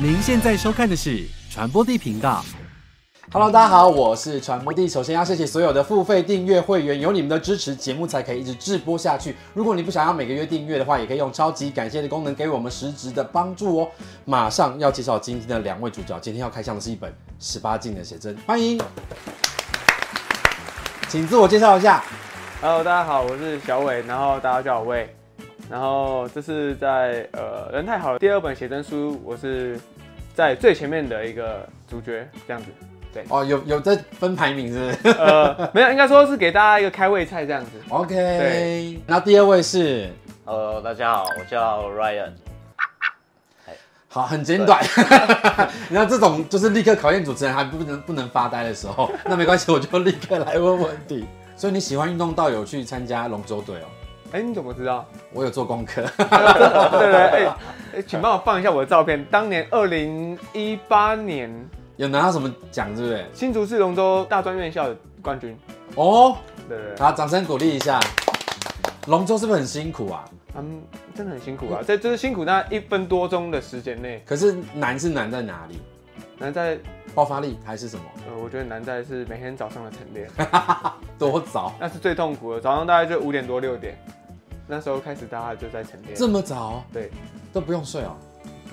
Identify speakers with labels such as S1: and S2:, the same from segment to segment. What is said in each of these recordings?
S1: 您现在收看的是传播地频道。
S2: Hello，大家好，我是传播帝。首先要谢谢所有的付费订阅会员，有你们的支持，节目才可以一直直播下去。如果你不想要每个月订阅的话，也可以用超级感谢的功能给我们实质的帮助哦。马上要介绍今天的两位主角，今天要开箱的是一本十八禁的写真，欢迎，请自我介绍一下。
S3: Hello，大家好，我是小伟，然后大家叫我魏，然后这是在呃人太好了第二本写真书，我是在最前面的一个主角这样子，
S2: 哦，有有在分排名是不是？
S3: 呃，没有，应该说是给大家一个开胃菜这样子。
S2: OK，
S3: 对
S2: 那第二位是，
S4: Hello，大家好，我叫 Ryan。
S2: 好，很简短。 那这种就是立刻考验主持人还不能不能发呆的时 候，那没关系，我就立刻来问问题。所以你喜欢运动到有去参加龙舟队哦？
S3: 哎、你怎么知道？
S2: 我有做功课，
S3: 对对对， 哎、哎请帮我放一下我的照片。当年二零一八年
S2: 有拿到什么奖，是不是？
S3: 新竹市龙舟大专院校的冠军，
S2: 哦，
S3: 对对对，
S2: 好，掌声鼓励一下。龙舟是不是很辛苦啊？
S3: 嗯，真的很辛苦啊，在就是辛苦那一分多钟的时间内，
S2: 可是难是难在哪里？
S3: 难在
S2: 爆发力还是什么？
S3: 呃，我觉得难在是每天早上的晨练。
S2: 多早？
S3: 那是最痛苦的。早上大概就五点多六点，那时候开始大家就在晨练，
S2: 这么早
S3: 对，
S2: 都不用睡哦，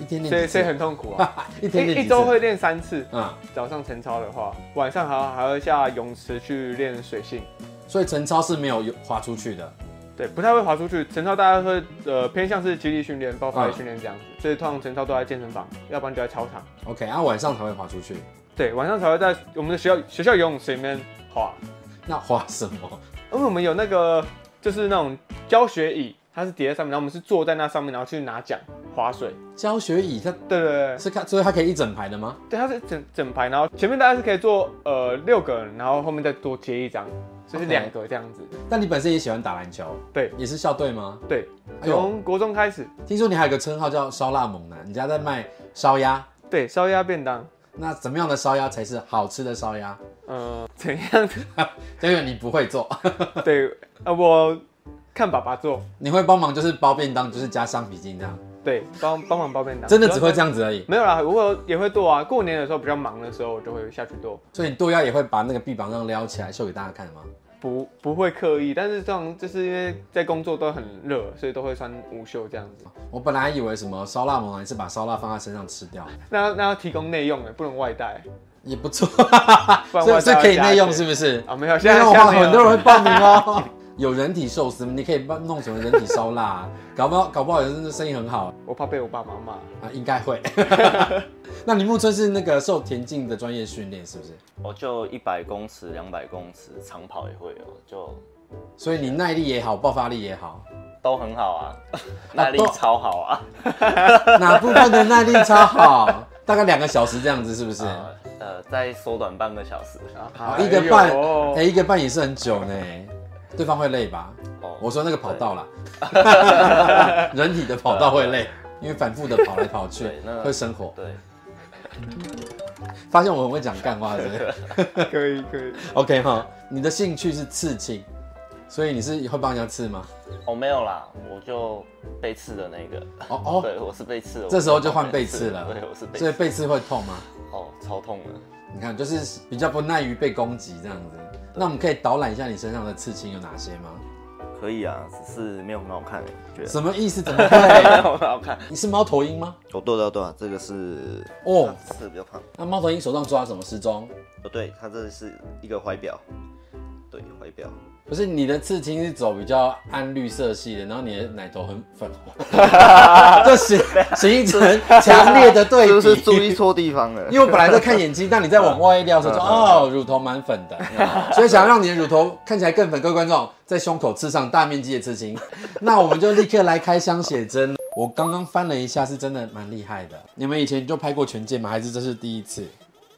S2: 一天
S3: 所
S2: 练几
S3: 以所
S2: 次？
S3: 以很痛苦啊。
S2: 一天练
S3: 一
S2: 几
S3: 一
S2: 次
S3: 周会练三次，
S2: 嗯，
S3: 早上晨操的话，晚上还要还要下泳池去练水性。
S2: 所以陈超是没有游滑出去的。
S3: 对，不太会滑出去。晨操大家会呃偏向是肌力训练、爆发力
S2: 嗯
S3: 训练这样子，所以通常晨操都在健身房，要不然就在操场。
S2: OK，啊，晚上才会滑出去。
S3: 对，晚上才会在我们的学校学校游泳池里面滑，
S2: 那滑什么？
S3: 因为我们有那个就是那种教学椅，它是叠在上面，然后我们是坐在那上面，然后去拿奖划水。
S2: 教学椅，它
S3: 对对对，
S2: 是看，所以它可以一整排的吗？
S3: 对，它是整整排，然后前面大概是可以坐呃六个人，然后后面再多贴一张，就是
S2: OK
S3: 两个这样子。
S2: 但你本身也喜欢打篮球，
S3: 对
S2: 也是校队吗？
S3: 对，
S2: 哎呦，
S3: 从国中开始，
S2: 听说你还有个称号叫烧腊猛男，你家在卖烧鸭，
S3: 对烧鸭便当，
S2: 那怎么样的烧鸭才是好吃的烧鸭？
S3: 呃， 怎样？
S2: 江远，你不会做，
S3: 对，呃，我看爸爸做，
S2: 你会帮忙就是包便当，就是加橡皮筋这样，
S3: 对，帮帮忙包便当，
S2: 真的只会这样子而已。
S3: 没有啦，我有也会剁啊。过年的时候比较忙的时候，我就会下去剁，
S2: 所以你剁鸭也会把那个臂膀上撩起来秀给大家看吗？
S3: 不不会刻意，但是这种就是因为在工作都很热，所以都会穿无袖这样子。
S2: 我本来以为什么烧腊猛男是把烧腊放在身上吃掉，
S3: 那那要提供内用的，不能外带
S2: 也不错，
S3: 不
S2: 所
S3: 然外
S2: 以
S3: 带
S2: 是
S3: 要
S2: 可以
S3: 加
S2: 内用
S3: 钱
S2: 是不是？
S3: 啊。没有，
S2: 现
S3: 现
S2: 在
S3: 在
S2: 的话，
S3: 现在没有
S2: 很多人会报名哦。 有人体寿司，你可以帮弄什么人体烧腊、啊，搞不好搞不好有人真的生意很好
S3: 我怕被我爸妈骂。
S2: 啊，应该会。 那李木村是那个受田径的专业训练，是不是？
S4: 我就一百公尺、两百公尺，长跑也会哦，就
S2: 所以你耐力也好，爆发力也好，
S4: 都很好啊，耐力超好啊。
S2: 哪部分的耐力超好？大概两个小时这样子，是不是？
S4: 呃呃，再缩短半个小时。
S2: 好，
S3: 啊
S2: 一个半，哎、
S3: 哎呦
S2: 一个半也是很久呢。对方会累吧？我
S4: 哦，
S2: 说那个跑道 啦，人体的跑道会累，因为反复的跑来跑去
S4: 对，那
S2: 会生火。
S4: 对，
S2: 发现我很会讲干话，是不是？
S3: 可以可以，
S2: OK 哈，你的兴趣是刺青，所以你是会帮人家刺吗？
S4: 哦没有啦，我就被刺的那个。
S2: 哦哦，
S4: 对，我是被刺的。
S2: 这时候就换
S4: 我是
S2: 被刺了
S4: 对，我是被
S2: 所以
S4: 刺。
S2: 被刺会痛吗？
S4: 哦，超痛的。
S2: 你看，就是比较不耐于被攻击这样子。那我们可以导览一下你身上的刺青有哪些吗？
S4: 可以啊，只是没有很好看，我觉得。
S2: 什么意思？怎么 会？
S4: 没有很好看。
S2: 你是猫头鹰吗？
S4: 哦，对对对啊，这个是
S2: 哦，
S4: 刺得比较胖。
S2: 那猫头鹰手上抓什么时钟？
S4: 哦，对，它这是一个怀表。对，怀表。
S2: 不是你的刺青是走比较暗绿色系的，然后你的奶头很粉 红，这形形成强烈的对比。
S4: 就是注意错地方 了。
S2: 因为我本来在看眼睛，但你在往外撩的时候说，哦，乳头蛮粉的，所以想要让你的乳头看起来更粉。各位观众，在胸口刺上大面积的刺青，那我们就立刻来开箱写真。我刚刚翻了一下，是真的蛮厉害的。你们以前就拍过全剑吗？还是这是第一次？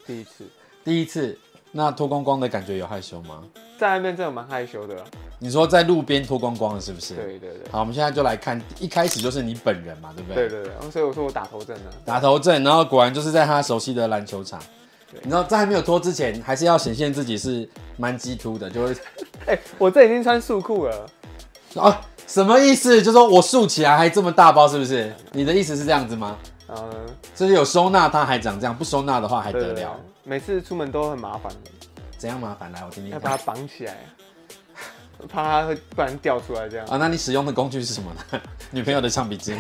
S3: 第一次
S2: 第一次，那脱光光的感觉有害羞吗？
S3: 在那边真的蛮害羞的啊。
S2: 你说在路边脱光光了是不是？。
S3: 对对对
S2: 好，我们现在就来看，一开始就是你本人嘛，对不对？
S3: 对对对，哦所以我说我打头阵了。
S2: 打头阵，然后果然就是在他熟悉的篮球场。
S3: 对
S2: 你知道，在还没有脱之前，还是要显现自己是蛮鸡突的，就会
S3: 哎，我这已经穿束裤了。
S2: 哦啊，什么意思？就说我竖起来还这么大包，是不是？你的意思是这样子吗？
S3: 然后呢，
S2: 就是有收纳它还长这样，不收纳的话还
S3: 嗯对
S2: 得
S3: 对对
S2: 了？，
S3: 每次出门都很麻烦，
S2: 怎样麻烦？来，我听听
S3: 要
S2: 看。
S3: 把它绑起来， 怕它会不然掉出来这样。
S2: 啊，那你使用的工具是什么呢？ 女朋友的橡皮 筋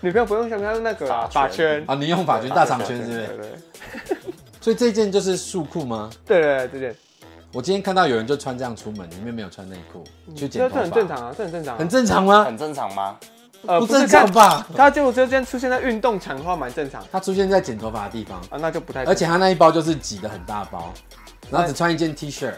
S3: 女朋友不用想，她用那个啦
S4: 发
S3: 发圈，
S4: 圈
S2: 啊，你用法
S3: 对
S2: 圈、大长圈之类
S3: 对。对对
S2: 所以这件就是束裤吗？
S3: 对对对对，
S2: 我今天看到有人就穿这样出门，里面没有穿内裤去剪
S3: 嗯这
S2: 头发，
S3: 这很正，常啊，这很正常啊，
S2: 很正常吗？
S4: 很正常吗？
S3: 呃
S2: 不正常？吧？
S3: 他就这样出现在运动场的话，蛮正常
S2: 他出现在剪头发的地方，
S3: 啊，那就不太，
S2: 而且他那一包就是挤的很大包，然后只穿一件 T 恤，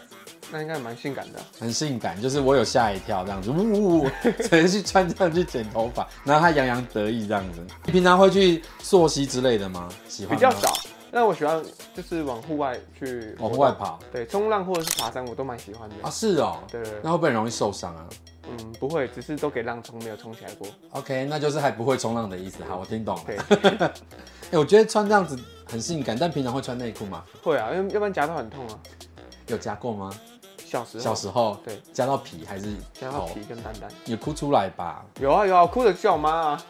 S3: 那应该蛮性感的。
S2: 很性感，就是我有吓一跳这样子，呜呜 呜，才能去穿这样去剪头发，然后他洋洋得意这样子。你平常会去溯溪之类的吗？喜欢
S3: 比
S2: 吗
S3: 较少。那我喜欢就是往户外去，
S2: 往哦户外，跑
S3: 对，冲浪或者是爬山，我都蛮喜欢的
S2: 啊？。是哦，
S3: 对对对
S2: 那会不会很容易受伤啊
S3: 嗯，不会，只是都给浪冲，没有冲起来过。
S2: ？OK，那就是还不会冲浪的意思。好，我听懂了。
S3: 对，
S2: 哎、我觉得穿这样子很性感，但平常会穿内裤吗？
S3: 会啊，因为要不然夹到很痛啊。
S2: 有夹过吗？
S3: 小时候，
S2: 小时候，
S3: 对，
S2: 夹到皮还是
S3: 夹到
S2: 头
S3: 皮跟蛋蛋。
S2: 有哭出来吧？
S3: 有啊有啊，我哭着叫我妈啊，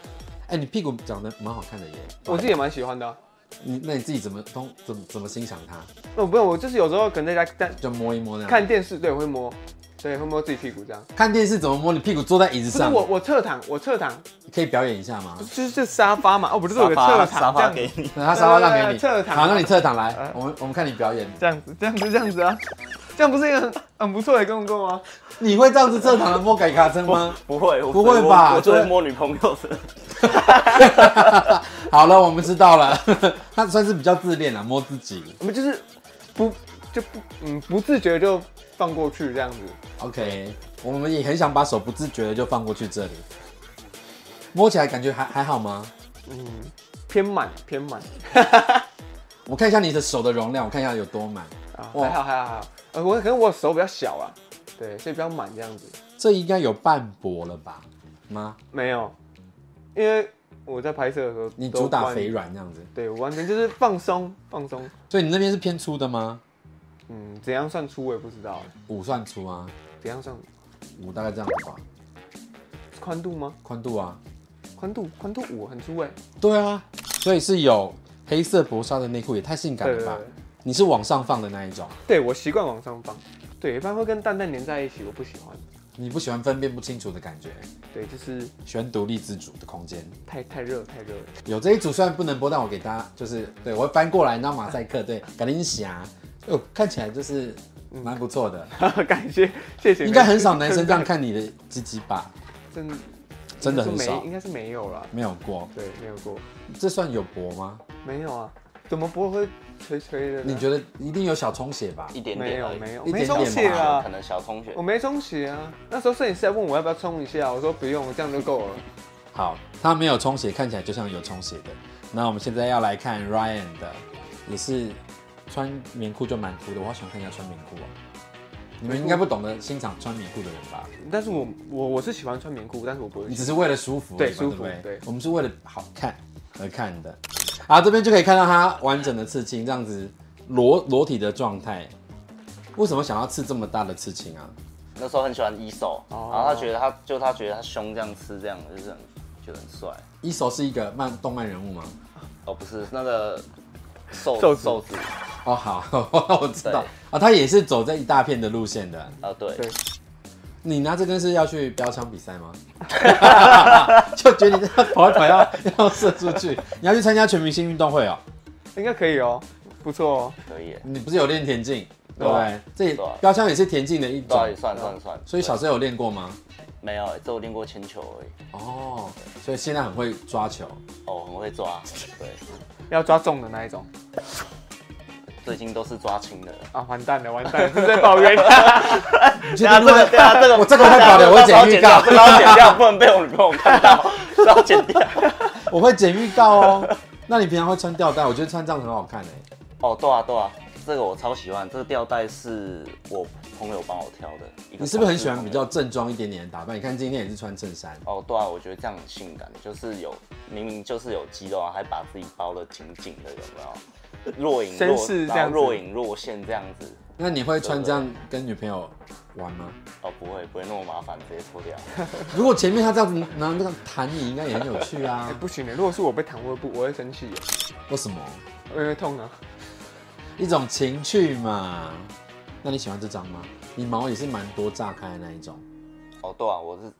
S2: 哎、你屁股长得蛮好看的耶。
S3: 我自己也蛮喜欢的啊、
S2: 你那你自己怎么通怎么怎么欣赏它？
S3: 那哦我不用，我就是有时候可能在家看
S2: 就摸一摸那样。
S3: 看电视，对，我会摸，对，会摸自己屁股这样。
S2: 看电视怎么摸？你屁股坐在椅子
S3: 不是
S2: 上，
S3: 我，我侧躺，我侧躺，
S2: 可以表演一下吗？
S3: 就是这沙发嘛，哦，不是有个
S4: 沙
S3: 侧躺
S4: 发沙
S3: 这
S4: 发
S3: 样
S4: 给你，
S2: 那他沙发让给
S3: 来
S2: 你
S3: 来来呃侧躺
S2: 好，那你侧躺来
S3: 呃，
S2: 我们我们看你表演。
S3: 这样子，这样子，这样子啊，这样不是一个很很不错的功课吗？
S2: 你会这样子侧躺的摸改卡针 吗？
S4: 不会，我
S2: 不会吧
S4: 我我就
S2: 这
S4: 会摸女朋友的。
S2: 好了，我们知道了， 他算是比较自恋了，啊摸自己。
S3: 我们就是不就不嗯不自觉就放过去这样子，
S2: OK，我们也很想把手不自觉的就放过去这里，摸起来感觉还还好吗？
S3: 嗯，偏满偏满
S2: 我看一下你的手的容量，我看一下有多满。
S3: 啊，
S2: 哇
S3: 还好还好还好，呃，我可能我手比较小啊，对，所以比较满这样子，
S2: 这应该有半薄了吧？吗？
S3: 没有，因为我在拍摄的时候
S2: 你
S3: 都
S2: 主打
S3: 完
S2: 肥，软这样子，
S3: 对我完全就是放松放松，
S2: 所以你那边是偏粗的吗？
S3: 嗯，怎样算粗我也不知道，
S2: 五算粗啊，
S3: 怎样算
S2: 五大概这样子吧，
S3: 宽度吗？
S2: 宽度啊，
S3: 宽度宽度五很粗哎、
S2: 对啊，所以是有黑色薄纱的内裤，也太性感
S3: 对
S2: 了
S3: 对
S2: 吧？
S3: 对。
S2: 你是往上放的那一种，
S3: 对我习惯往上放，对，一般会跟蛋蛋粘在一起，我不喜欢。
S2: 你不喜欢分辨不清楚的感觉，
S3: 对，就是
S2: 喜欢独立自主的空间。
S3: 太太热太热了。
S2: 有这一组虽然不能播，但我给大家就是对我会翻过来，然后马赛克，对，感恩侠，哦，看起来就是
S3: 嗯
S2: 蛮不错的，
S3: 感谢谢谢。
S2: 应该很少男生这样看你的鸡鸡吧？
S3: 真
S2: 真的很
S3: 应该是
S2: 少
S3: 没，应，该是没有啦。
S2: 没有过，
S3: 对，没有过，
S2: 这算有薄吗？
S3: 没有啊，怎么不会吹吹的呢？
S2: 你觉得一定有小充血吧？
S4: 一点点
S3: 没有
S4: 而已
S3: 没有
S2: 一点
S3: 没
S2: 点吧
S3: 充血啊
S4: 可，能小充血
S3: 我。没充血啊。那时候摄影师还问我要不要充一下，我说不用，这样就够了。
S2: 好，他没有充血，看起来就像有充血的。那我们现在要来看 Ryan 的，也是穿棉裤就蛮粗的，我好想看一下穿棉裤哦。你们应该不懂得欣赏穿棉裤的人吧？
S3: 但是我我我是喜欢穿棉裤，但是我不会
S2: 你。只是为了舒服而已嘛，
S3: 对舒服
S2: 对不
S3: 对
S2: 我们是为了好看而看的。好，这边就可以看到他完整的刺青，这样子裸裸体的状态。为什么想要刺这么大的刺青啊？
S4: 那时候很喜欢一手，然
S3: 哦
S4: 后他觉得他就他觉得他胸这样吃这样，就是很觉得很帅。
S2: 一手是一个漫动漫人物吗？
S4: 哦，不是那个瘦
S3: 瘦子
S4: 瘦子
S2: 哦，好， 我知道
S4: 对
S2: 啊，他也是走这一大片的路线的。
S4: 啊，对，
S3: 对
S2: 你拿这根是要去标枪比赛吗？ 就觉得你这样跑一跑要要射出去，你要去参加全明星运动会哦。
S3: 应该可以哦，不错哦。
S4: 可以耶，
S2: 你不是有练田径，对不
S4: 对
S2: 对？这也
S4: 对啊
S2: 标枪也是田径的一
S4: 对
S2: 种
S4: 啊，，也算算算。
S2: 所以小时候有练过吗？
S4: 对没有耶，只有练过铅球而已。
S2: 哦，所以现在很会抓球。
S4: 哦，很会抓，对，
S3: 要抓重的那一种
S4: 最近都是抓轻的。
S3: 啊，完蛋了，完蛋了，这是在抱 怨。
S2: 你
S4: 啊等下这个，等下这个，
S2: 啊我这个会保留，我
S4: 这个
S2: 剪
S4: 要
S2: 预
S4: 掉
S2: 告
S4: 这，个要剪掉，不能被我女朋友看到，这个要剪掉。
S2: 我会剪预告哦。那你平常会穿吊带？我觉得穿这样很好看哎。
S4: 哦，对啊，对啊，这个我超喜欢，这个吊带是我朋友帮我挑的。一个
S2: 你是不是很
S4: 同事
S2: 喜欢
S4: 朋
S2: 比
S4: 友
S2: 较正装一点点的打扮？你看今天也是穿衬衫，
S4: 哦，对啊，我觉得这样很性感，就是有明明就是有肌肉啊，还把自己包的紧紧的，有没有？若隐
S3: 绅
S4: 若
S3: 士这
S4: 然
S3: 样
S4: 后
S3: 子
S4: 若隐若现这样子。
S2: 那你会穿这样跟女朋友玩吗？
S4: 哦，不会不会那么麻烦，直接脱掉。
S2: 如果前面他这样子拿那个弹你，应该也很有趣啊
S3: 哎、。 不行的，如果是我被弹，我会不，我会生气耶，
S2: 为什么？
S3: 我会痛啊。
S2: 一种情趣嘛。那你喜欢这张吗？你毛也是蛮多炸开的那一种，
S4: 哦，对啊，我是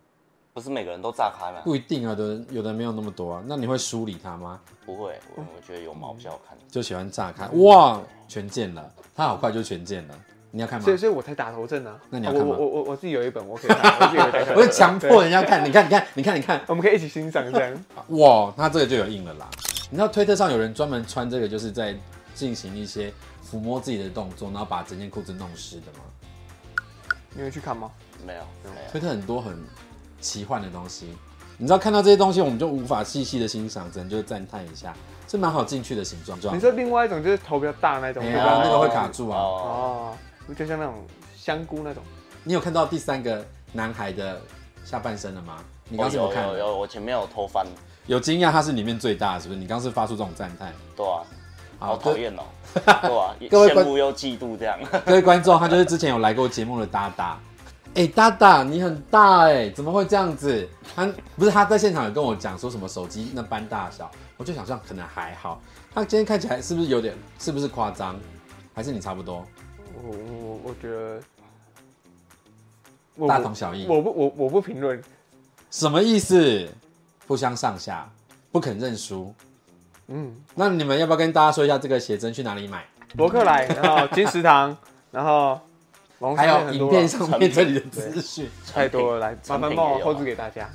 S4: 不是每个人都炸开了？
S2: 不一定啊，有的人有的人没有那么多啊。那你会梳理它吗？
S4: 不会，我我觉得有毛比较好看。
S2: 就喜欢炸开，哇，全见了，他好快就全见了。你要看吗
S3: 所？以，所以我才打头阵啊。
S2: 嗯那你要
S3: 我
S2: 看吗
S3: 我我我我自己有一本，我可以看，我自己有一本。
S2: 我是强迫人家看，你看，你看，你看，你看，
S3: 我们可以一起欣赏 这样。
S2: 哇，他这个就有印了啦。你知道推特上有人专门穿这个，就是在进行一些抚摸自己的动作，然后把整件裤子弄湿的吗？
S3: 你会去看吗？
S4: 没有没有，
S2: 推特很多很奇幻的东西，你知道看到这些东西，我们就无法细细的欣赏，只能就是赞叹一下，这蛮好进去的形状。
S3: 你说另外一种就是头比较大那种，
S2: 哎
S3: 对
S2: 呀
S3: 吧？
S2: 那个会卡住啊！
S4: 啊哦，
S3: 哦，就像那种香菇那种。
S2: 你有看到第三个男孩的下半身了吗？你刚刚
S4: 哦
S2: 怎么
S4: 有
S2: 看的？
S4: 有有，我前面有偷翻，
S2: 有惊讶，他是里面最大的，是不是？你刚是发出这种赞叹。
S4: 对啊，好
S2: 各
S4: 讨厌哦，对啊，
S2: 各位
S4: 羡慕又嫉 妒这样。
S2: 各位观众，他就是之前有来过节目的达达。 哎、达达，你很大哎、怎么会这样子？他不是他在现场有跟我讲说什么手机那般大小，我就想象可能还好。他今天看起来是不是有点，是不是夸张？还是你差不多？
S3: 我我我觉得我
S2: 大同小异
S3: 我不我我不评论，
S2: 什么意思？不相上下，不肯认输。
S3: 嗯，
S2: 那你们要不要跟大家说一下这个写真去哪里买？
S3: 博客来，然后金石堂，然后网
S2: 还
S3: 上
S2: 有
S3: 很
S2: 影
S3: 多啊
S2: 片
S3: 了
S2: 上
S4: 产
S2: 面
S4: 品
S2: 这里的资讯。
S3: 太多了，来麻
S4: 产品
S3: 烦
S4: 也
S3: 帮我
S4: 有啊
S3: hold 住给大家。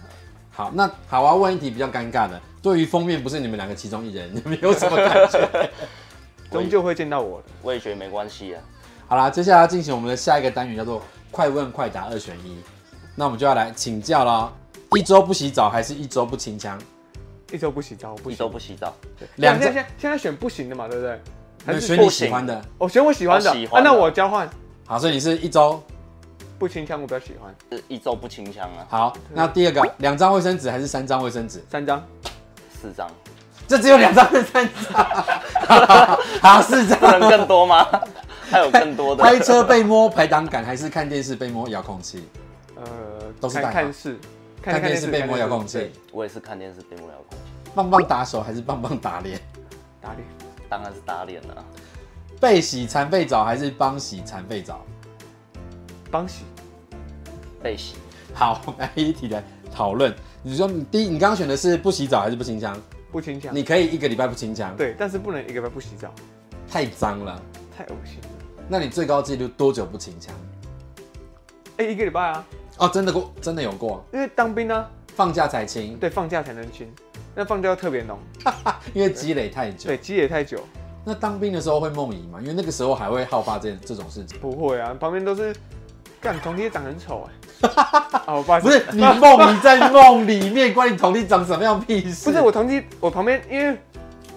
S2: 好，那好，我要问一题比较尴尬的。对于封面，不是你们两个其中一人， 你们有什么感觉？
S3: 终究会见到我的。
S4: 我也觉得没关系啊。
S2: 好啦，接下来要进行我们的下一个单元，叫做“快问快答二选一”。那我们就要来请教了，一周不洗澡还是一周不清腔？
S3: 一周不洗澡，不
S4: 一
S3: 洗
S4: 周不洗澡，
S2: 两
S3: 两
S2: 个
S3: 现在现在选不行的嘛，对不对？还
S2: 你
S3: 是
S2: 选哦你
S4: 不
S2: 喜
S4: 行
S2: 欢的。
S3: 我选我喜欢的，
S4: 我喜欢
S3: 啊
S4: 的
S3: 那我交换
S2: 好，所以你是一周。
S3: 不清腔，我比较喜欢
S4: 是一周不清腔啊，
S2: 好，那第二个，两张卫生纸还是三张卫生纸？
S3: 三张。
S4: 四张，
S2: 这只有两张跟三张。 好，四
S4: 不能
S2: 张。
S4: 更 多吗？还有更多的
S2: 开车被摸排挡杆，还是看电视被摸遥控器？
S3: 呃，
S2: 都是
S3: 看
S2: 代码
S3: 看视，
S2: 看电视被摸遥控，
S3: 看
S2: 器
S3: 电视，
S4: 我也是看电视屏幕遥控器，
S2: 棒棒打手还是棒棒打脸？
S3: 对打脸，
S4: 当然是打脸了、啊。
S2: 被洗残废澡还是帮洗残废澡？
S3: 帮洗，
S4: 被洗，
S2: 好， 我们来一题来讨论。你说你第一，你刚刚选的是不洗澡还是不清腔？
S3: 不清腔。
S2: 你可以一个礼拜不清腔，，
S3: 对，但是不能一个礼拜不洗澡，
S2: 太脏了。
S3: 太恶心了。
S2: 那你最高纪录多久不清腔？
S3: 哎、一个礼拜啊，
S2: 哦，真的过，真的有过，
S3: 因为当兵呢，
S2: 放假才清，
S3: 对，放假才能亲，那放假又特别浓，
S2: 因为积累太久
S3: 对，。积也太久，
S2: 那当兵的时候会梦遗吗？因为那个时候还会好发这这种事情。
S3: 不会啊，旁边都是，干，同爹长很丑哎、 啊，我爸
S2: 不是 你梦遗在梦里面，关你头弟长什么样屁事？
S3: 不是我同爹，我旁边因为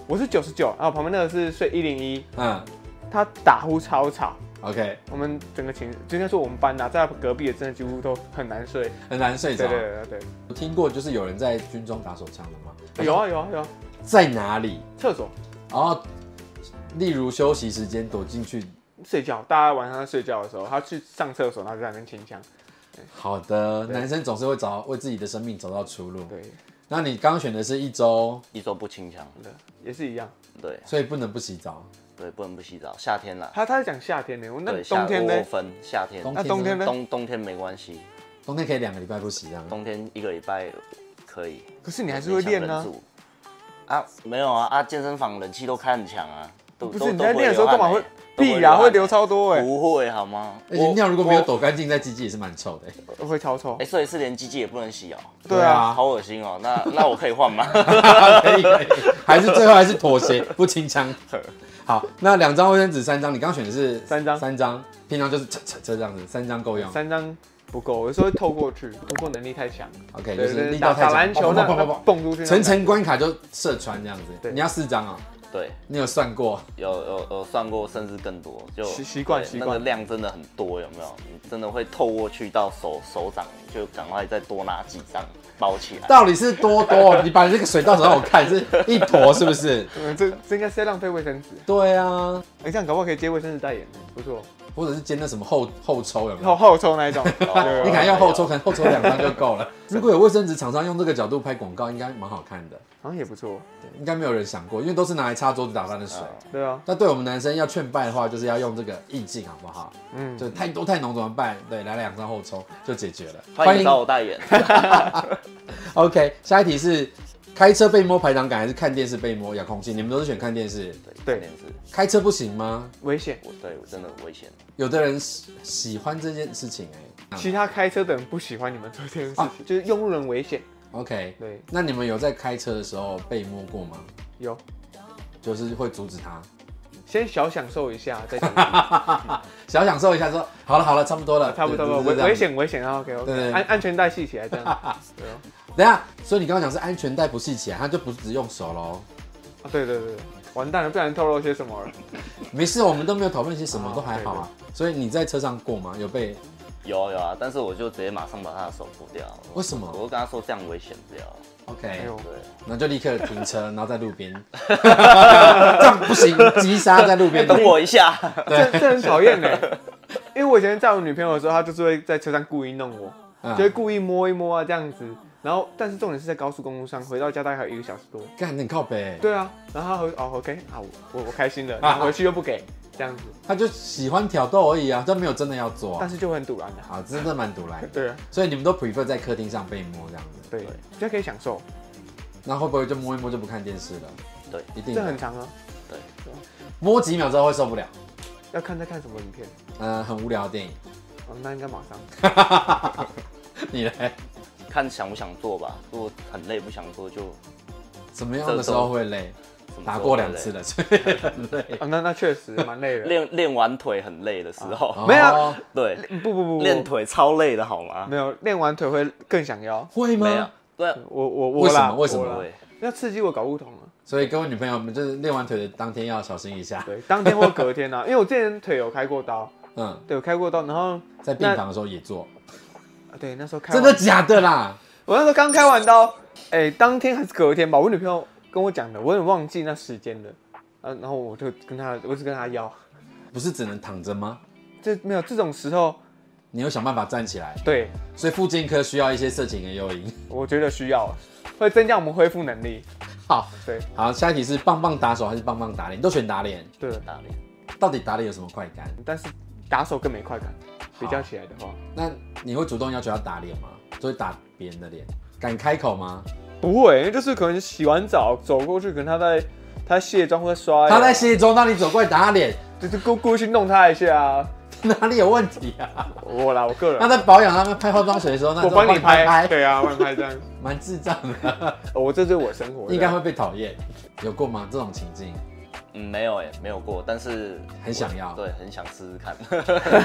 S3: 我是九十九，然后旁边那个是睡一零一，
S2: 嗯
S3: 他打呼超吵，
S2: ，OK，
S3: 我们整个寝，就应该说我们班呐、在他隔壁的真的几乎都很难睡，
S2: 很难睡着。
S3: 对对对对
S2: 我听过就是有人在军中打手枪的吗？
S3: 对，有啊有啊有啊，
S2: 在哪里？
S3: 厕所
S2: 然后，例如休息时间躲进去
S3: 睡觉，大家晚上睡觉的时候，他去上厕所，然后就在那边清腔，
S2: 好的，
S3: 对
S2: 男生总是会找为自己的生命找到出路。
S3: 对，
S2: 那你刚选的是一周，
S4: 一周不清腔，
S3: 对，也是一样。
S4: 对
S2: 所以不能不洗澡。
S4: 对，不能不洗澡。夏天啦，
S3: 他他是讲夏天呢，我那
S4: 对，
S3: 冬天
S4: 夏我
S3: 呢
S4: 有？分夏天，
S2: 冬
S3: 那冬天呢？
S4: 冬冬天没关系，
S2: 冬天可以两个礼拜不洗这样。
S4: 冬天一个礼拜可以。
S3: 可是你还是会练
S4: 呢
S3: 呢、？
S4: 啊，没有啊啊！健身房冷气都开很强啊，都
S3: 不
S4: 都
S3: 是你
S4: 都
S3: 在
S4: 不
S3: 练的时候
S4: 流
S3: 干
S4: 汗
S3: 嘛会
S4: 欸？都
S3: 必然
S2: 啊
S4: 汗
S3: 会
S4: 欸
S3: 流超多哎、
S4: 不会好吗？
S2: 而且尿如果没有
S4: 我，
S2: 抖干净，在鸡鸡也是蛮臭的、
S3: 会超臭
S4: 哎、。所以是连鸡鸡也不能洗哦，
S3: 对啊，
S4: 好恶心哦。 那那我可以换吗？
S2: 可以可以，还是最后还是妥协，不清腔。好，那两张卫生纸，三张，你刚选的是
S3: 三张
S2: 三张，平常就是这这这这样子，三张够用。
S3: 三张不够，我有时候会透过去，突破能力太强。
S2: OK，就
S3: 对
S2: 是
S3: 对，
S2: 力
S3: 打
S2: 道太
S3: 打
S2: 强，哦
S3: 篮球
S2: 不
S3: 那
S2: 不不
S3: 那
S2: 不，
S3: 蹦出去那种感觉，
S2: 层层关卡就射穿这样子。
S3: 对
S2: 你要四张啊、
S4: 对，
S2: 你有算过？
S4: 有有有算过，甚至更多，就
S3: 习习惯
S4: 对
S3: 习
S4: 那
S3: 惯
S4: 个量真的很多，有没有？你真的会透过去到手手掌，就赶快再多拿几张包起来。
S2: 到底是多多？你把这个水倒水让我看，是一坨是不是？
S3: 嗯，这这应该是在浪费卫生纸。
S2: 对啊，
S3: 哎、这样搞不好可以接卫生纸代言，不错。
S2: 或者是煎那什么后后抽有没有？
S3: 后后抽那一 种，啊
S4: 哦
S2: 你可能要后抽，可
S4: 好
S2: 能后抽两张就够了。如果有卫生纸厂商用这个角度拍广告，应该蛮好看的。
S3: 像也不错。
S2: 对，应该没有人想过，因为都是拿来擦桌子打翻的
S4: 嗯
S2: 水。
S3: 对啊，
S2: 那对我们男生要劝败的话，就是要用这个意境，好不好？
S3: 嗯，
S2: 就太多太浓怎么办？对，来两张后抽就解决了。
S4: 欢迎找我代 言。
S2: OK，下一题是开车被摸排挡杆还是看电视被摸遥控器？你们都是选看电视，
S3: 对
S4: 对，电视，
S2: 开车不行吗？
S3: 危险。
S4: 我对我真的危险。
S2: 有的人喜喜欢这件事情哎、
S3: 其他开车的人不喜欢你们做这件事情，
S2: 啊
S3: 就是用路人危险。
S2: OK，
S3: 对，
S2: 那你们有在开车的时候被摸过吗？
S3: 有
S2: 就是会阻止他，
S3: 先小享受一下， 再讲。啊
S2: 小享受一下说好了好了，差不多了，
S3: 差不多
S2: 对
S3: 了，
S2: 就是
S3: 危
S2: 这样
S3: 危险危险啊，OK
S2: 对对
S3: OK，
S2: 对
S3: 安安全带系起来 这样。对哦
S2: 等一下，所以你刚刚讲是安全带不系起来，他就不是只用手喽。
S3: 啊，对对对，对完蛋了，不然透露些什么了？
S2: 没事，我们都没有讨论些什么，
S3: 哦
S2: 都还好啊。所以你在车上过吗？有被
S4: 有啊有啊，但是我就直接马上把他的手剥掉。
S2: 为什么
S4: 我就跟他说这样危险，不要。
S2: OK？
S3: 哎呦，
S4: 对，
S2: 然后就立刻停车，然后在路边，这样不行，急刹在路边。
S4: 等我一下。
S3: 这这很 讨厌呢。因为我以前载我女朋友的时候，她就是会在车上故意弄我，
S2: 嗯
S3: 就会故意摸一摸啊这样子。然后，但是重点是在高速公路上，回到家大概还有一个小时多。
S2: 干，你靠北。
S3: 对啊，然后他回哦 OK 啊，我我我开心了，然后回去又不给这样子，
S2: 他就喜欢挑逗而已啊，但没有真的要做
S3: 但
S2: 啊。
S3: 是就会很堵然的。
S2: 好，真的蛮毒来的。
S3: 对啊，
S2: 所以你们都 prefer 在客厅上被摸这样子。
S3: 对，比较可以享受，
S2: 那会不会就摸一摸就不看电视了？
S4: 对，
S2: 一定
S3: 这
S2: 的
S3: 很。长啊，
S4: 对，
S2: 摸几秒之后会受不了，
S3: 要看在看什么影片。
S2: 呃，很无聊的电影。
S3: 哦，那应该马上。
S2: 你嘞？
S4: 看想不想做吧。如果很累不想做，就
S2: 什么样的时候会累？
S4: 怎么
S2: 打
S4: 做
S2: 过
S4: 都
S2: 两
S4: 累
S2: 次了，所以很累。
S3: 哦，那那确实蛮 累的。
S4: 练练完腿很累的时候，
S2: 哦
S3: 没有 啊
S4: 对，
S3: 不不不不，
S4: 练腿超累的好吗？
S3: 没有练完腿会更想要。
S2: 会
S4: 没有
S2: 吗？，
S4: 对啊，
S3: 我我
S2: 为
S3: 我
S2: 什
S3: 啦，
S2: 么为什么
S3: 我啦
S4: 对，
S3: 要刺激我搞不同啊。
S2: 所以各位女朋友们，就是练完腿的当天要小心一下。
S3: 对，当天或隔天啊，因为我之前腿有开过刀，
S2: 嗯，
S3: 对，有开过刀，然后
S2: 在病房的时候也做，
S3: 啊对那时候开完
S2: 真的假的啦？
S3: 我那时候刚开完刀，哎、当天还是隔天吧，我女朋友跟我讲的，我有点忘记那时间了。啊，然后我就跟她，我就跟她要，
S2: 不是只能躺着吗？
S3: 这没有这种时候，
S2: 你有想办法站起来，
S3: 对
S2: 所以复健科需要一些色情的诱因。
S3: 我觉得需要，会增加我们恢复能力。
S2: 好，
S3: 对
S2: 好，下一题是棒棒打手还是棒棒打脸？都选打脸，
S3: 对，
S4: 打脸。
S2: 到底打脸有什么快感？
S3: 但是打手更没快感，比较起来的话，
S2: 那你会主动要求他打脸吗？就会打别人的脸，敢开口吗？
S3: 不会，因为就是可能洗完澡走过去，可能她在她卸妆或者刷牙，
S2: 他在卸妆，让你走过来打他脸，
S3: 就是故故意去弄她一下啊。
S2: 哪里有问题啊？
S3: 我啦，我个
S2: 那
S3: 人，
S2: 在保养他们拍化妆水的时候，那
S3: 哎我帮你
S2: 拍
S3: 拍，， 对啊，帮你拍这样，
S2: 蛮智障 的，
S3: 哦我这就是我生活，
S2: 应该会被讨厌。有过吗？这种情境
S4: 嗯，没有哎、没有过，但是
S2: 很想要
S4: 我对，很想试试看。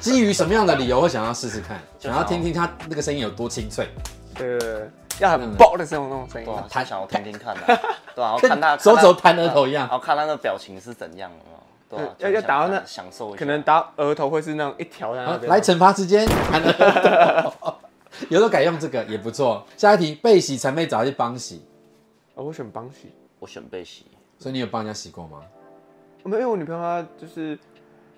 S2: 基于什么样的理由会想要试试看？
S4: 就
S2: 想
S4: 想
S2: 要
S4: 要
S2: 听听他那个声音有多清脆，
S3: 对对对，要很爆的那种那种声音
S4: 对。啊，
S2: 弹
S4: 他想要听听看啊，对啊，然后
S2: 跟
S4: 看他
S2: 手肘弹
S4: 看他
S2: 额头一样
S4: 然后看他的表情是怎样，有没有对啊，
S3: 对
S4: 就
S3: 要
S4: 想
S3: 要打到那
S4: 看享受一下，
S3: 可能打额头会是那种一条在那
S2: 好嗯
S3: 边。
S2: 啊来，惩罚之间， 喊了有时候改用这个也不错。下一题，被洗、谄媚澡还是帮洗？
S3: 哦，我选帮洗，
S4: 我选背洗，
S2: 所以你有帮人家洗过吗？
S3: 没有，因为我女朋友她就是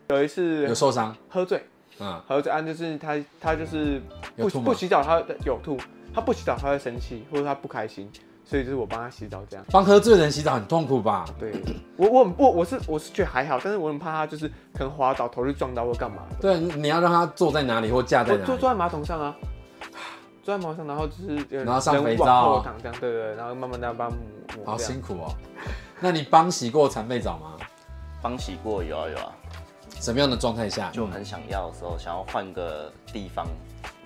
S3: 有一次
S2: 有受伤？
S3: 喝醉，
S2: 嗯，
S3: 喝醉啊，就是她她就是
S2: 有
S3: 不
S2: 吐吗
S3: 不洗澡，她有吐，她不洗澡她会生气，或者她不开心，所以就是我帮她洗澡这样。
S2: 帮喝醉的人洗澡很痛苦吧？
S3: 对我我很我我是我是觉得还好，但是我很怕她就是可能滑倒头去撞到或干嘛的。
S2: 对，你要让他坐在哪里或架在
S3: 就
S2: 哪
S3: 坐
S2: 里？
S3: 坐在马桶上啊，坐在马桶上，然后就是有点
S2: 然后上
S3: 人
S2: 肥
S3: 往
S2: 皂
S3: 后
S2: 啊
S3: 躺这样，对对对，然后慢慢的帮抹抹
S2: 好
S3: 这样
S2: 辛苦哦。那你帮洗过谄媚澡吗？
S4: 帮洗过有啊有啊，
S2: 什么样的状态下？
S4: 就很想要的时候，想要换个地方，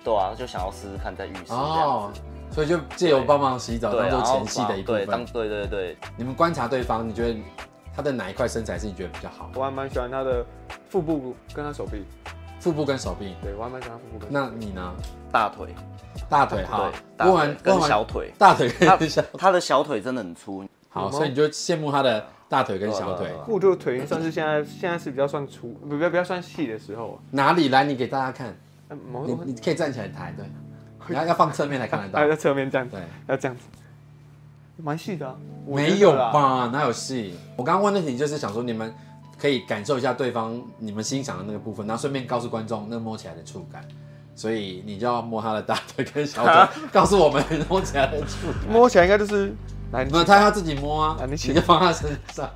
S4: 对啊，就想要试试看在浴室这
S2: 哦
S4: 样子，，
S2: 所以就借由帮忙洗澡
S4: 对，啊
S2: 当做
S4: 然后
S2: 前戏的一部
S4: 对，当
S2: 分。
S4: 对对对，
S2: 你们观察对方，你觉得他的哪一块身材是你觉得比较好？
S3: 我还蛮喜欢她的腹部跟她手臂，
S2: 腹部跟手臂？
S3: 对我还蛮喜欢她腹部跟
S2: 那你呢？
S4: 大腿，
S2: 大腿哈
S4: 对，大
S2: 问完
S4: 腿跟
S2: 问完
S4: 小腿，
S2: 大腿
S4: 他
S2: 跟小
S4: 他的小腿真的很粗，
S2: 好，
S3: 有吗
S2: 所以你就羡慕他的大腿跟小腿
S4: 对啊对啊对啊
S3: 我就腿型算是现在现在是比较算粗，不不要不要算细的时候啊。
S2: 哪里来？你给大家看，
S3: 嗯某
S2: 你你可以站起来抬， 对，你要要放侧面才看得
S3: 还
S2: 到
S3: 在，侧面这样子
S2: 对，
S3: 要这样子，蛮细的、啊。我觉得啦
S2: 没有？吧？哪有戏？我刚刚问的题就是想说你们。可以感受一下对方你们欣赏的那个部分，然后顺便告诉观众那摸起来的触感，所以你就要摸他的大腿跟小 腿，告诉我们摸起来的触感。
S3: 摸起来应该就是来，
S2: 没有，他要自己摸啊，
S3: 啊
S2: 你
S3: 你请
S2: 就放他身上。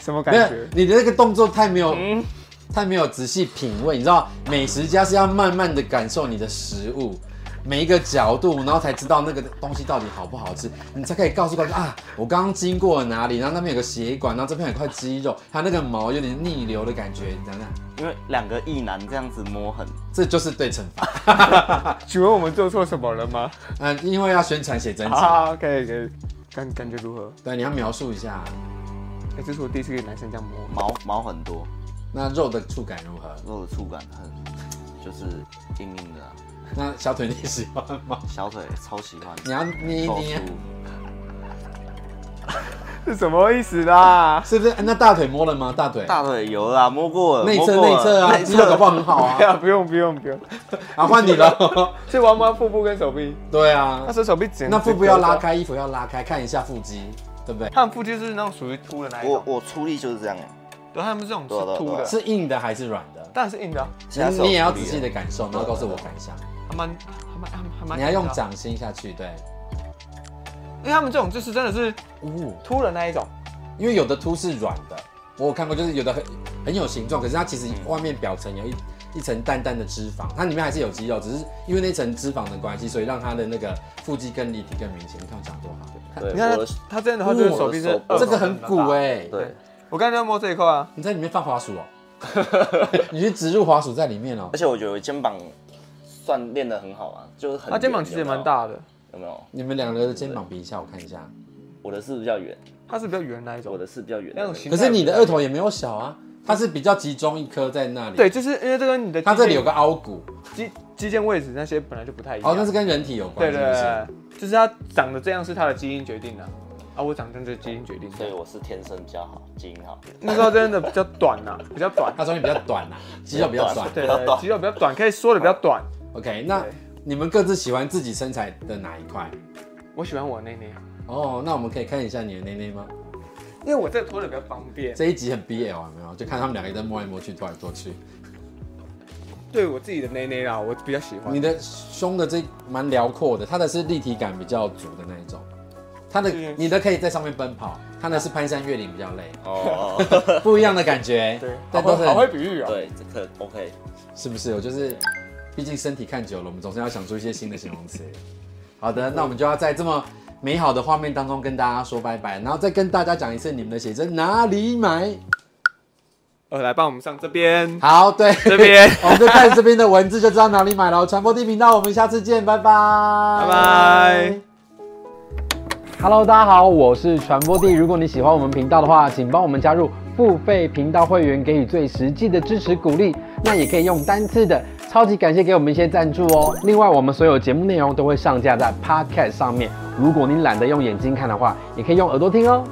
S3: 什么感
S2: 没有
S3: 觉，？
S2: 你的那个动作太没有，
S4: 嗯
S2: 太没有仔细品味。你知道，美食家是要慢慢的感受你的食物，每一个角度，然后才知道那个东西到底好不好吃，你才可以告诉观众啊，我刚刚经过了哪里，然后那边有个血管，然后这边有块肌肉，它那个毛有点逆流的感觉，你等等，
S4: 因为两个异男这样子摸很，
S2: 这就是对惩 罚。
S3: 请问我们做错什么了吗？
S2: 嗯、因为要宣传写真集，
S3: 啊，可以可以，感感觉如何？
S2: 对，你要描述一下
S3: 哎、这是我第一次给男生这样摸，
S4: 毛毛很多，
S2: 那肉的触感如何？
S4: 肉的触感很就是硬硬的啊、
S2: 那小腿你喜欢吗？
S4: 小腿超喜欢，
S2: 你要捏一
S4: 够
S2: 捏。
S4: 粗。
S3: 是什么意思啊 啦？
S2: 是不是？那大腿摸了吗？大腿，
S4: 大腿有啦，摸过了，
S2: 内侧
S4: 摸过
S2: 内
S4: 了
S2: 侧啊，肌肉搞不好很好
S3: 不
S2: 啊。
S3: 哎要，不用不用不用，
S2: 啊，换你了。
S3: 是玩玩腹部跟手臂。
S2: 对啊
S3: 那，时候手臂只能
S2: 那腹部要拉，开，衣服要拉开，看一下腹肌，对不对？
S3: 他们腹肌是那种属于凸的那一
S4: 我
S3: 种，
S4: 我出力就是这样哎、
S3: 对，他们是这种
S4: 对啊对
S3: 是
S4: 啊
S3: 凸
S4: 对啊
S3: 的，
S2: 哦是硬的还是软的？
S3: 当然是硬的啊，
S4: 其他是有
S2: 嗯你你也要
S4: 处
S2: 仔
S4: 理的
S2: 细的感受，然后告诉我感想。
S3: 还蛮还蛮还蛮还蛮。啊
S2: 你要用，掌心下去，对。
S3: 因为他们这种就是真的是
S2: 呜，
S3: 凸的那一种，
S2: 因为有的凸是软的，我有看过，就是有的很很有形状，可是它其实外面表层有一一层淡淡的脂肪，它里面还是有肌肉，只是因为那层脂肪的关系，所以让它的那个腹肌更立体、更明显。你看我讲多好。
S4: 对，
S3: 你看
S4: 我的
S3: 他他这样的话就是手臂是
S4: 我
S3: 二
S4: 的手臂
S2: 哦这个很鼓
S3: 哎。
S2: 哎、
S4: 对，
S3: 我刚才在摸这一块啊，
S2: 你在里面放滑鼠哦、你去植入滑鼠在里面哦、
S4: 而且我觉得我肩膀算练得很好啊，就是很
S3: 他肩膀
S4: 圆
S3: 其实也蛮，大的，
S4: 有没有有没有？
S2: 你们两个的肩膀比一下，我看一下。
S4: 我的是比较圆，
S3: 他是比较圆的那一
S4: 我
S3: 种。
S4: 的是比较圆的
S3: 那种
S4: 那
S3: 形
S4: 个，
S2: 可是你的二头也没有小啊，它是比较集中一颗在那里。
S3: 对，，就是因为这跟你的
S2: 它这里有
S3: 个
S2: 个凹骨，
S3: 肌肌腱位置那些本来就不太一样。
S2: 哦，那是跟人体有关，
S3: 对
S2: 是
S3: 对
S2: 不是？
S3: 对，就是他长得这样是他的基因决定的啊，啊我长这样就是基因决定
S4: 所以
S3: 的。
S4: 我是天生比较好，基因好。
S3: 那时候真的比较短呐、 比较短，
S2: 它中间比较短啊，肌肉比较短。
S3: 对
S4: 比较短
S3: 肌肉比较短，可以缩的比较短。
S2: OK，那
S3: 对
S2: 你们各自喜欢自己身材的哪一块？
S3: 我喜欢我内内，
S2: 哦，那我们可以看一下你的内内吗？
S3: 因为我这拖的比较方便，
S2: 这一集很 BL 啊，有没有？就看他们两个在摸来摸去，跺来跺去。
S3: 对我自己的内内啦，我比较喜欢。
S2: 你的胸的这蛮辽阔的，它的是立体感比较足的那一种，它的
S3: 是
S2: 你的可以在上面奔跑，它的是攀山越岭比较 累，
S4: 哦，哦哦
S2: 不一样的感觉。
S3: 对，好
S2: 但
S3: 会
S2: 都是
S3: 好会比喻哦、
S4: 对，这个 OK，
S2: 是不是？我就是，毕竟身体看久了，我们总是要想出一些新的形容词。 好的，那我们就要在这么美好的画面当中跟大家说拜拜，然后再跟大家讲一次你们的写真哪里买。
S3: 呃，来帮我们上这边，
S2: 好，对，
S3: 这边
S2: 我们就看这边的文字就知道哪里买了。传播地频道，我们下次见，拜拜，拜
S3: 拜拜。
S2: Hello，大家好，我是传播帝。如果你喜欢我们频道的话，请帮我们加入付费频道会员，给予最实际的支持鼓励。那也可以用单次的，超级感谢给我们一些赞助哦。另外，我们所有节目内容都会上架在 Podcast 上面，如果你懒得用眼睛看的话，也可以用耳朵听哦。